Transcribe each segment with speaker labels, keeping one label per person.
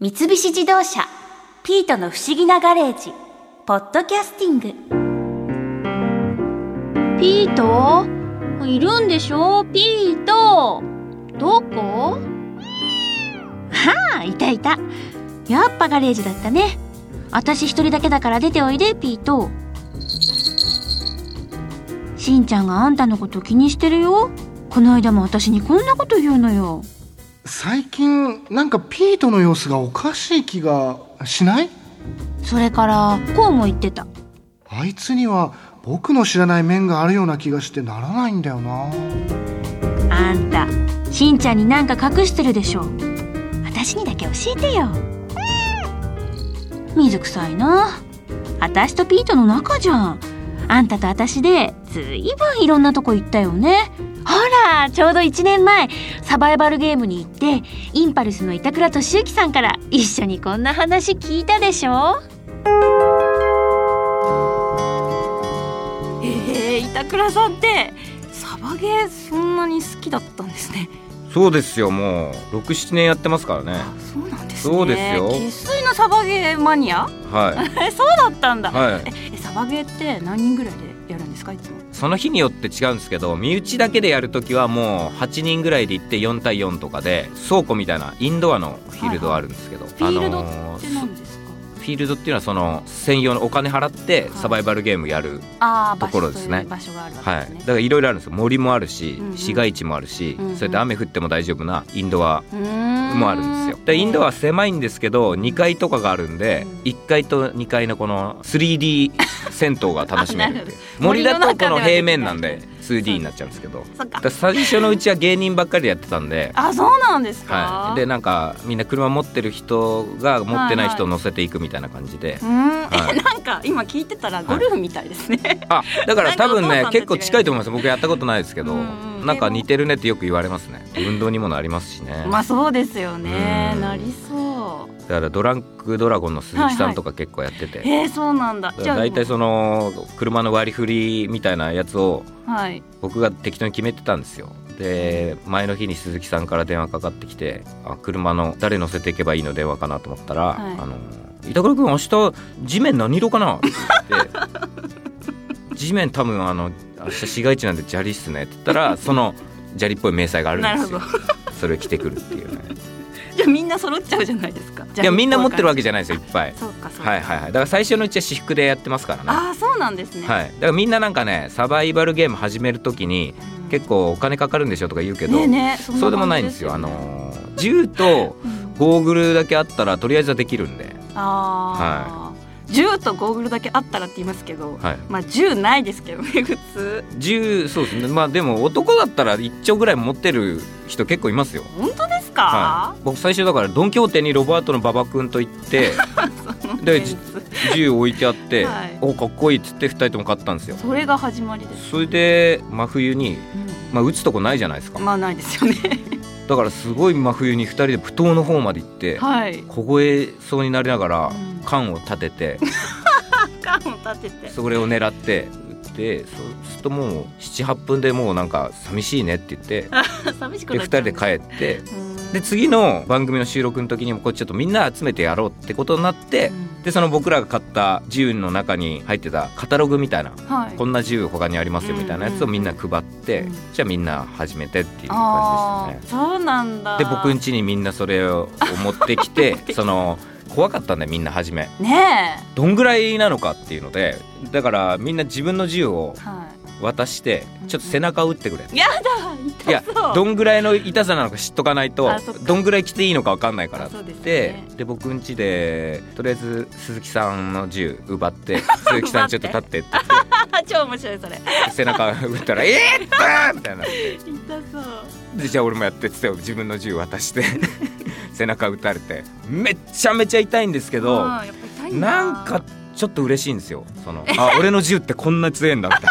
Speaker 1: 三菱自動車「ピートの不思議なガレージ」「ポッドキャスティング」
Speaker 2: ピートいるんでしょピートどこはあいたいたやっぱガレージだったね私一人だけだから出ておいでピートしんちゃんがあんたのこと気にしてるよこの間も私にこんなこと言うのよ
Speaker 3: 最近なんかピートの様子がおかしい気がしない
Speaker 2: それからこうも言ってた
Speaker 3: あいつには僕の知らない面があるような気がしてならないんだよな
Speaker 2: あんたしんちゃんになんか隠してるでしょ私にだけ教えてよ水臭いな私とピートの仲じゃんあんたと私でずいぶんいろんなとこ行ったよねほらちょうど1年前サバイバルゲームに行ってインパルスの板倉俊之さんから一緒にこんな話聞いたでしょえー、板倉さんってサバゲーそんなに好きだったんですね
Speaker 4: そうですよもう67年やってますからね
Speaker 2: そうなんです
Speaker 4: ねそうですよ生
Speaker 2: 粋のサバゲーマニア
Speaker 4: は
Speaker 2: そうだったんだ
Speaker 4: い、はい、
Speaker 2: えサバゲーって何人ぐらいでやるんですかいつも
Speaker 4: その日によって違うんですけど身内だけでやるときはもう8人ぐらいで行って4対4とかで倉庫みたいなインドアのフィールドあるんですけど、
Speaker 2: フィールド
Speaker 4: あの
Speaker 2: って何ですか
Speaker 4: フィールドっていうのはその専用のお金払ってサバイバルゲームやる、
Speaker 2: ああ
Speaker 4: ところですね
Speaker 2: 場所があるわけ
Speaker 4: はい
Speaker 2: ですね、
Speaker 4: だからいろいろあるんですよ森もあるし、
Speaker 2: うんうん
Speaker 4: 市街地もあるし、
Speaker 2: うんうん
Speaker 4: そうやって雨降っても大丈夫なインドア
Speaker 2: うーん
Speaker 4: もあるんですよでインドアは狭いんですけど2階とかがあるんで
Speaker 2: うん
Speaker 4: 1階と2階のこの 3D 銭湯が楽しめるんで
Speaker 2: あなるほど
Speaker 4: 森だとこの平面なん
Speaker 2: 森
Speaker 4: で 2D になっちゃうんですけど
Speaker 2: そっ
Speaker 4: だ
Speaker 2: か
Speaker 4: から最初のうちは芸人ばっかりでやってたんで。
Speaker 2: あそうなんですか、
Speaker 4: はい、でなんかみんな車持ってる人が持ってない人を乗せていくみたいな感じで、
Speaker 2: うーん、
Speaker 4: はい
Speaker 2: えなんか今聞いてたらゴルフみたいですね、
Speaker 4: あだから多分
Speaker 2: なん
Speaker 4: ね
Speaker 2: かお父さんと違う
Speaker 4: 結構近いと思います僕やったことないですけど、
Speaker 2: うんうん
Speaker 4: なんか似てるねってよく言われますね運動にもなりますしね、
Speaker 2: まあそうですよね
Speaker 4: うん
Speaker 2: なりそう
Speaker 4: だからドランクドラゴンの鈴木さんとか結構やってて、
Speaker 2: えー、そうなんだ
Speaker 4: だから大体その車の割り振りみたいなやつを
Speaker 2: はい
Speaker 4: 僕が適当に決めてたんですよで前の日に鈴木さんから電話かかってきてあ車の誰乗せていけばいいの電話かなと思ったら
Speaker 2: はい
Speaker 4: 「あの板倉君明日地面何色かな?」って言って 「地面多分あの明日市街地なんで砂利っすね」って言っ たらその砂利っぽい迷彩があるんですよ
Speaker 2: な
Speaker 4: それを着てくるっていうね
Speaker 2: じゃあみんな揃っちゃう じゃないですか
Speaker 4: いやみんな持ってるわ
Speaker 2: け
Speaker 4: けじゃないですよいっぱい
Speaker 2: そうかそうか
Speaker 4: はいはいはいだから最初のうちは私服でやってますからね
Speaker 2: ああそうなんですね、
Speaker 4: はい、だからみんななんかねサバイバルゲーム始めるときに
Speaker 2: うん
Speaker 4: 結構お金かかるんでしょとか言うけど、
Speaker 2: ねえねえそ
Speaker 4: そうでもないん
Speaker 2: 感
Speaker 4: で
Speaker 2: じ
Speaker 4: すよあ
Speaker 2: ね
Speaker 4: のー銃と
Speaker 2: うん
Speaker 4: ゴーグルだけあったらとりあえずはできるんで、
Speaker 2: ああ、銃とゴーグルだけあったらって言いますけど、
Speaker 4: はい、
Speaker 2: まあ銃ないですけどね 普通
Speaker 4: 銃そうですねまあでも男だったら1丁ぐらい持ってる人結構いますよ、
Speaker 2: 本当です
Speaker 4: は
Speaker 2: か、
Speaker 4: い、僕最初だからドン・キホーテにロバートの馬場君と行って
Speaker 2: その
Speaker 4: で
Speaker 2: メンツ
Speaker 4: 銃置いてあって、
Speaker 2: はい
Speaker 4: おかっこいいっつって2人とも買ったんですよ
Speaker 2: それが始まりです、
Speaker 4: それで真冬に、まあ、撃つとこないじゃないですか、
Speaker 2: まあないですよ ね
Speaker 4: だからすごい真冬に2人で埠頭の方まで行って、
Speaker 2: はい
Speaker 4: 凍えそうになりながら
Speaker 2: うん
Speaker 4: 缶を立 てて、
Speaker 2: 缶を立てて
Speaker 4: それを狙って打ってそうするともう78分でもうなんか寂しいねって言って
Speaker 2: 寂しく
Speaker 4: で
Speaker 2: な
Speaker 4: 2
Speaker 2: っちゃう
Speaker 4: 人で帰って
Speaker 2: うん
Speaker 4: で次の番組の収録の時にもこっちちょっとみんな集めてやろうってことになって
Speaker 2: うん
Speaker 4: でその僕らが買った銃の中に入ってたカタログみたいな。
Speaker 2: はい
Speaker 4: こんな銃他にありますよみたいなやつをみんな配って、
Speaker 2: うん
Speaker 4: じゃあみんな始めてっていう
Speaker 2: あ
Speaker 4: 感じでしたね
Speaker 2: ー。そうなんだ
Speaker 4: で僕ん家にみんなそれを持ってき て
Speaker 2: てきて
Speaker 4: その怖かったんだよみんな初め
Speaker 2: ね
Speaker 4: どんぐらいなのかっていうのでだからみんな自分の銃を
Speaker 2: えは
Speaker 4: 渡して
Speaker 2: うん
Speaker 4: ちょっと背中を打ってくれ
Speaker 2: いや
Speaker 4: い
Speaker 2: だ
Speaker 4: や
Speaker 2: 痛そう
Speaker 4: どんぐらいの痛さなのか知っとかないと
Speaker 2: あそっか
Speaker 4: どんぐらい着ていいのか分かんないからっ
Speaker 2: そうで
Speaker 4: て
Speaker 2: すね
Speaker 4: で,、僕ん家でとりあえず鈴木さんの銃奪って 鈴木さんちょっと立ってって言っ
Speaker 2: あ 超面白いそれ
Speaker 4: て背中を 打ったら「えーっと!」みたいな
Speaker 2: 痛そう
Speaker 4: でじゃあ俺もやってっつって自分の銃渡して 背中打たれてめっちゃめちゃ痛いんですけど
Speaker 2: うんやっぱ痛い
Speaker 4: なんかちょっと嬉しいんですよそのあ俺の銃ってこんな強いんだみたい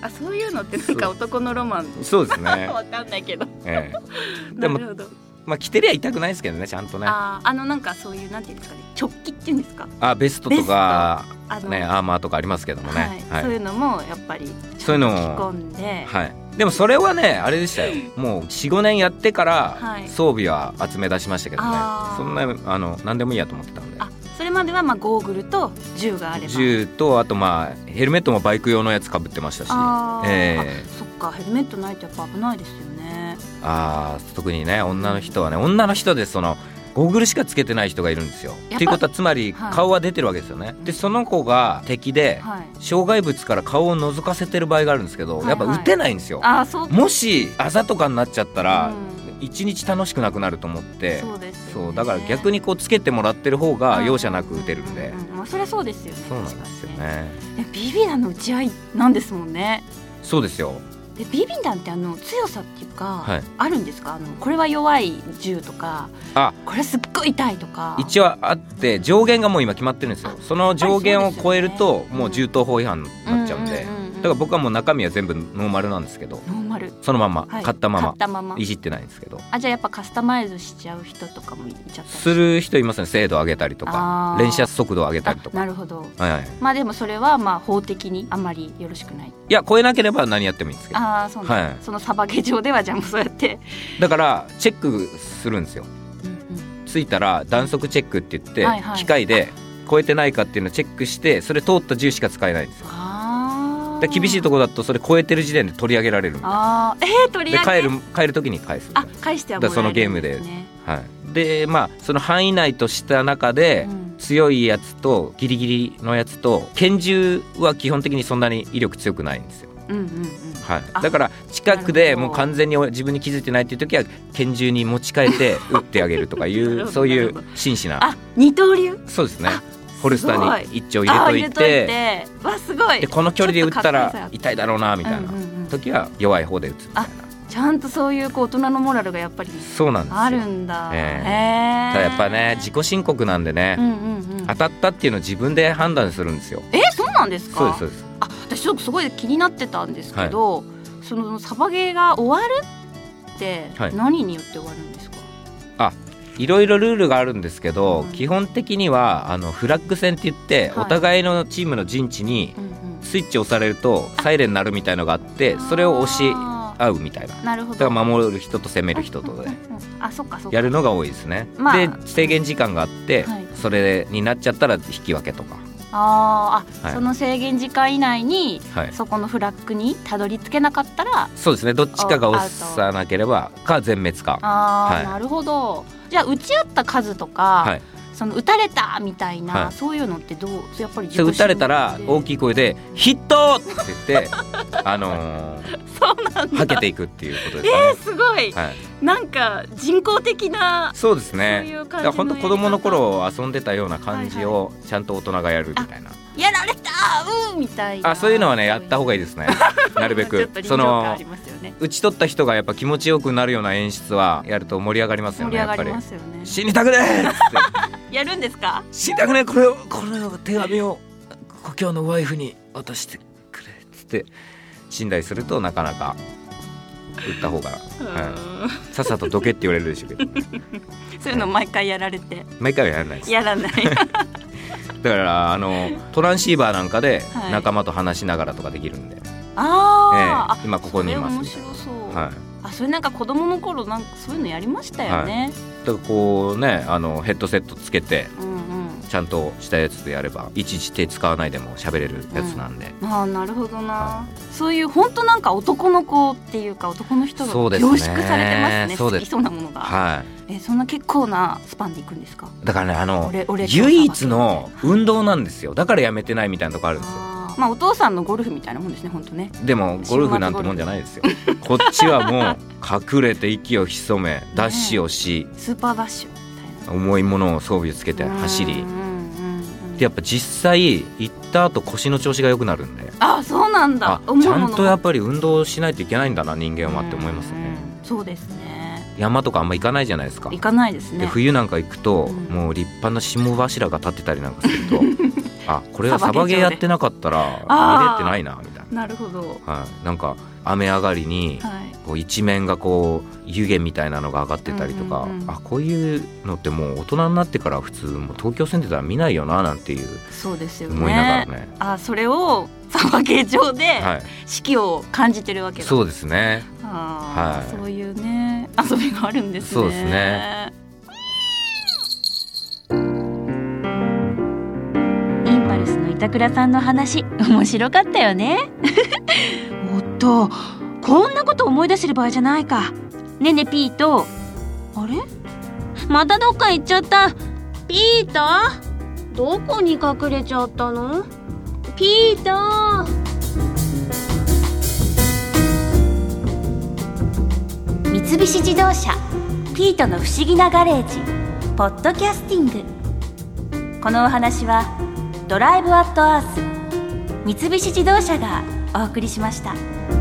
Speaker 2: あそういうのってなんか
Speaker 4: そう
Speaker 2: 男のロマン
Speaker 4: なそうです ね、
Speaker 2: わかんないけど
Speaker 4: ええ、
Speaker 2: な
Speaker 4: でも
Speaker 2: るほど
Speaker 4: まあ着てりゃ痛くないですけどねちゃんとねあ
Speaker 2: あーあのなんかそういうなんていうんですかね直帰っていうんですか
Speaker 4: ベストとか
Speaker 2: あの
Speaker 4: ねアーマーとかありますけどもね
Speaker 2: はい、そういうのもやっぱり
Speaker 4: そういうの
Speaker 2: 着込
Speaker 4: を
Speaker 2: んで
Speaker 4: はいでもそれはねあれでしたよもう45年やってから
Speaker 1: はい
Speaker 4: 装備は集め出しましたけどね、
Speaker 1: あー
Speaker 4: そんなあの何でもいいやと思ってたんで
Speaker 1: あそれまではまあゴーグルと銃があれば
Speaker 4: 銃とあとまあヘルメットもバイク用のやつかぶってましたし
Speaker 1: あー
Speaker 4: え
Speaker 1: そっかヘルメットないとやっぱ危ないですよね
Speaker 4: ーあー特にね女の人はね女の人でそのゴーグルしかつけてない人がいるんですよ。
Speaker 1: ぱ
Speaker 4: っていうことはつまり
Speaker 1: はい
Speaker 4: 顔は出てるわけですよね。でその子が敵で
Speaker 1: はい
Speaker 4: 障害物から顔を覗かせてる場合があるんですけどやっぱ
Speaker 1: はいはい
Speaker 4: 撃てないんですよ。
Speaker 1: あーそう
Speaker 4: もしあざとかになっちゃったら
Speaker 1: う
Speaker 4: 一日楽しくなくなると思って
Speaker 1: そうですよね
Speaker 4: そうだから逆にこうつけてもらってる方が容赦なく撃てるんで
Speaker 1: うううんまあ、それはそうですよね
Speaker 4: そうなんですよ
Speaker 1: 確か
Speaker 4: ね。
Speaker 1: にねえビビダンの打ち合いなんですもんね
Speaker 4: そうですよ。
Speaker 1: でビビダンってあの強さっていうか、
Speaker 4: はい
Speaker 1: あるんですかあのこれは弱い銃とか
Speaker 4: あ
Speaker 1: これすっごい痛いとか
Speaker 4: 一応あって上限がもう今決まってるんですよ
Speaker 1: あ
Speaker 4: その上限
Speaker 1: やっ
Speaker 4: を
Speaker 1: ぱりそ
Speaker 4: 超
Speaker 1: う
Speaker 4: え
Speaker 1: ですよね
Speaker 4: るともう銃刀法違反になっちゃうんで
Speaker 1: うんうんうんうん
Speaker 4: だから僕はもう中身は全部ノーマルなんですけど
Speaker 1: ノーマル、
Speaker 4: そのまんま
Speaker 1: はい
Speaker 4: 買ったま
Speaker 1: 買
Speaker 4: ま
Speaker 1: ったまま
Speaker 4: いじってないんですけど
Speaker 1: あじゃあやっぱカスタマイズしちゃう人とかもいちゃったり
Speaker 4: する人いますね精度上げたりと
Speaker 1: あ
Speaker 4: か
Speaker 1: ー
Speaker 4: 連射速度上げた
Speaker 1: あ
Speaker 4: りとか
Speaker 1: なるほど
Speaker 4: はいはい
Speaker 1: まあでもそれはまあ法的にあまりよろしくない
Speaker 4: いや超えなければ何やってもいいんですけど
Speaker 1: ああそうなんだ、
Speaker 4: はい
Speaker 1: そのサバゲ場ではじゃあもうそうやって、
Speaker 4: だからチェックするんですよついたら弾速チェックって言って
Speaker 1: はいはい
Speaker 4: 機械で超えてないかっていうのをチェックしてそれ通った銃しか使えないんですよ
Speaker 1: ああ
Speaker 4: だから厳しいとこだとそれ超えてる時点で取り上げられるんで
Speaker 1: ああえー、取り
Speaker 4: で
Speaker 1: 上
Speaker 4: 帰
Speaker 1: げ
Speaker 4: る帰る時に返すみたい
Speaker 1: あ
Speaker 4: な
Speaker 1: 返してはもらえる
Speaker 4: だからそのゲームで
Speaker 1: んすね
Speaker 4: はい、でまあその範囲内とした中で、
Speaker 1: うん
Speaker 4: 強いやつとギリギリのやつと拳銃は基本的にそんなに威力強くないんですよ、
Speaker 1: うんうんうん
Speaker 4: はい
Speaker 1: あ、
Speaker 4: だから近くで
Speaker 1: なるほど
Speaker 4: もう完全に自分に気づいてないっていう時は拳銃に持ち替え て撃ってあげるとかい
Speaker 1: なるほ
Speaker 4: う
Speaker 1: ど
Speaker 4: そうい
Speaker 1: な
Speaker 4: う
Speaker 1: る
Speaker 4: 真摯な
Speaker 1: あ二刀流
Speaker 4: そうですね
Speaker 1: あ
Speaker 4: ホルスタ
Speaker 1: すご
Speaker 4: ー
Speaker 1: い
Speaker 4: に一丁
Speaker 1: あー
Speaker 4: 入れといて
Speaker 1: 入れといてわすごい
Speaker 4: でこの距離で撃った
Speaker 1: ちょっとかっこよさがあ
Speaker 4: ら
Speaker 1: って
Speaker 4: 痛いだろうなみたいな
Speaker 1: うんうんうん
Speaker 4: 時は弱い方で撃つみたいな
Speaker 1: ちゃんとそういうこう大人のモラルがやっぱり
Speaker 4: そうなんですよ
Speaker 1: あるんだ
Speaker 4: ええ
Speaker 1: へえ
Speaker 4: ただやっぱね自己申告なんでね、
Speaker 1: うんうんうん
Speaker 4: 当たったっていうのを自分で判断するんですよ。
Speaker 1: えそうなんですか
Speaker 4: そうですそうです。
Speaker 1: あ私ちょっとすごい気になってたんですけど、そのサバゲーが終わるって
Speaker 4: はい
Speaker 1: 何によって終わるんですか、
Speaker 4: いろいろルールがあるんですけど、
Speaker 1: うん
Speaker 4: 基本的にはあのフラッグ戦って言って、
Speaker 1: はい
Speaker 4: お互いのチームの陣地に
Speaker 1: うんうん
Speaker 4: スイッチ押されるとサイレン鳴るみたいのがあってそれを押し
Speaker 1: あ
Speaker 4: 合うみたいな。
Speaker 1: ーなるほ
Speaker 4: だ
Speaker 1: ど
Speaker 4: から守る人と攻める人とで、
Speaker 1: うんうんうんあそっかそっか
Speaker 4: やるのが多いですね。
Speaker 1: まあ
Speaker 4: で制限時間があって、
Speaker 1: はい
Speaker 4: それになっちゃったら引き分けとか。
Speaker 1: あーあ、
Speaker 4: はい
Speaker 1: その制限時間以内に
Speaker 4: はい。
Speaker 1: そこのフラッグにたどり着けなかったら
Speaker 4: そうですねどっちかが押さなければか全滅か。
Speaker 1: あー、
Speaker 4: はい
Speaker 1: なるほどじゃあ打ち合った数とか、
Speaker 4: はい
Speaker 1: その打たれたみたいな、
Speaker 4: はい
Speaker 1: そういうのってどうやっぱり
Speaker 4: で打たれたら大
Speaker 1: い
Speaker 4: きい声で「ヒット!」って言っ て、あのー、
Speaker 1: そうなんだ
Speaker 4: はけていくっていうことです
Speaker 1: え
Speaker 4: か
Speaker 1: ー、すごい、
Speaker 4: ね。はい、
Speaker 1: なんか人工的な
Speaker 4: そうです
Speaker 1: そう
Speaker 4: ね。
Speaker 1: いう感
Speaker 4: だ
Speaker 1: じ
Speaker 4: か
Speaker 1: の
Speaker 4: ら本当子供の頃遊んでたような感じをちゃんと大人がやるみたいな。
Speaker 1: やられたーうーみたいな
Speaker 4: あ、そういうのはねやった方
Speaker 1: が
Speaker 4: がいいです ね。なるべ
Speaker 1: ちょっ
Speaker 4: く
Speaker 1: と臨
Speaker 4: そ
Speaker 1: 場感あ
Speaker 4: の
Speaker 1: りますよね
Speaker 4: 打ち取った人がやっぱ気持ちよくなるような演出はやると盛り上がりますよ
Speaker 1: 盛
Speaker 4: ね。
Speaker 1: り上
Speaker 4: や
Speaker 1: が
Speaker 4: っぱ
Speaker 1: り
Speaker 4: り
Speaker 1: ますよね
Speaker 4: 死にたくねーっつって。
Speaker 1: やるんですか
Speaker 4: 死にたくねえこれをこの手紙を故郷のワイフに渡してくれっつって信頼するとなかなか打った方が、は
Speaker 1: うーん
Speaker 4: い、さっさとどけって言われるでしょうけど
Speaker 1: そういうの毎回やられて
Speaker 4: 毎回はやらないです
Speaker 1: や らない
Speaker 4: だからあのトランシーバーなんかで
Speaker 1: はい
Speaker 4: 仲間と話しながらとかできるんで、
Speaker 1: あー
Speaker 4: ええ、今ここにいますみた
Speaker 1: そ
Speaker 4: い
Speaker 1: れ面白そう、
Speaker 4: なはい
Speaker 1: あそれなんか子供の頃なんかそういうのやりましたよね、
Speaker 4: だからこうねあのヘッドセットつけて
Speaker 1: うんうん
Speaker 4: ちゃんとしたやつでやればいちいち手使わないでも喋れるやつなんで、
Speaker 1: ああなるほどな
Speaker 4: は
Speaker 1: そういう本当なんか男の子っていうか男の人が凝
Speaker 4: そうですね
Speaker 1: 縮されてますね
Speaker 4: そう
Speaker 1: 好
Speaker 4: です
Speaker 1: きそうなものが、
Speaker 4: はい
Speaker 1: えそんな結構なスパンでいくんですか
Speaker 4: だからねあの
Speaker 1: 俺俺
Speaker 4: 唯一の運動なんですよだからやめてないみたいなとこあるんですよ
Speaker 1: あーまあお父さんのゴルフみたいなもんですね本当ね
Speaker 4: でもゴルフなんてもんじゃないですよこっちはもう隠れて息を潜 めダッシュをし
Speaker 1: スーパーダッシュみ
Speaker 4: 重いものを装備をつけて
Speaker 1: たいな
Speaker 4: 走り
Speaker 1: うんうんうん
Speaker 4: でやっぱ実際行った後腰の調子が良くなるんで
Speaker 1: ああそうなんだ
Speaker 4: あ
Speaker 1: 思う
Speaker 4: ちゃ
Speaker 1: もの
Speaker 4: んとやっぱり運動しないといけないんだな人間はって思いますね
Speaker 1: うんそうですね
Speaker 4: 山とかあんま行かないじゃないですか。
Speaker 1: 行かないです
Speaker 4: で
Speaker 1: ね。
Speaker 4: 冬なんか行くと、
Speaker 1: うん
Speaker 4: もう立派な霜柱が立ってたりなんかする とあこれはサバゲーやってなかったら
Speaker 1: あー
Speaker 4: 見れてないなみたい
Speaker 1: なるほど。
Speaker 4: な、はい、なんか雨上がりに
Speaker 1: はい。
Speaker 4: こう一面がこう湯気みたいなのが上がってたりとか、
Speaker 1: うんうんうん
Speaker 4: あこういうのってもう大人になってから普通もう東京住んでたら見ないよななんていう
Speaker 1: そうですよね。
Speaker 4: 思いながらね
Speaker 1: あ、それをサバゲー場で
Speaker 4: はい、
Speaker 1: 四季を感じてるわけだ。
Speaker 4: そうですね
Speaker 1: あー
Speaker 4: はい
Speaker 1: そういうね遊びがあるんですね。
Speaker 4: そうですね。
Speaker 2: インパルスの板倉さんの話面白かったよねおっとこんなこと思い出してる場合じゃないかねえねえピートあれまたどっか行っちゃったピートどこに隠れちゃったのピート三菱自動車ピートの不思議なガレージポッドキャスティングこのお話はドライブアットアース三菱自動車がお送りしました。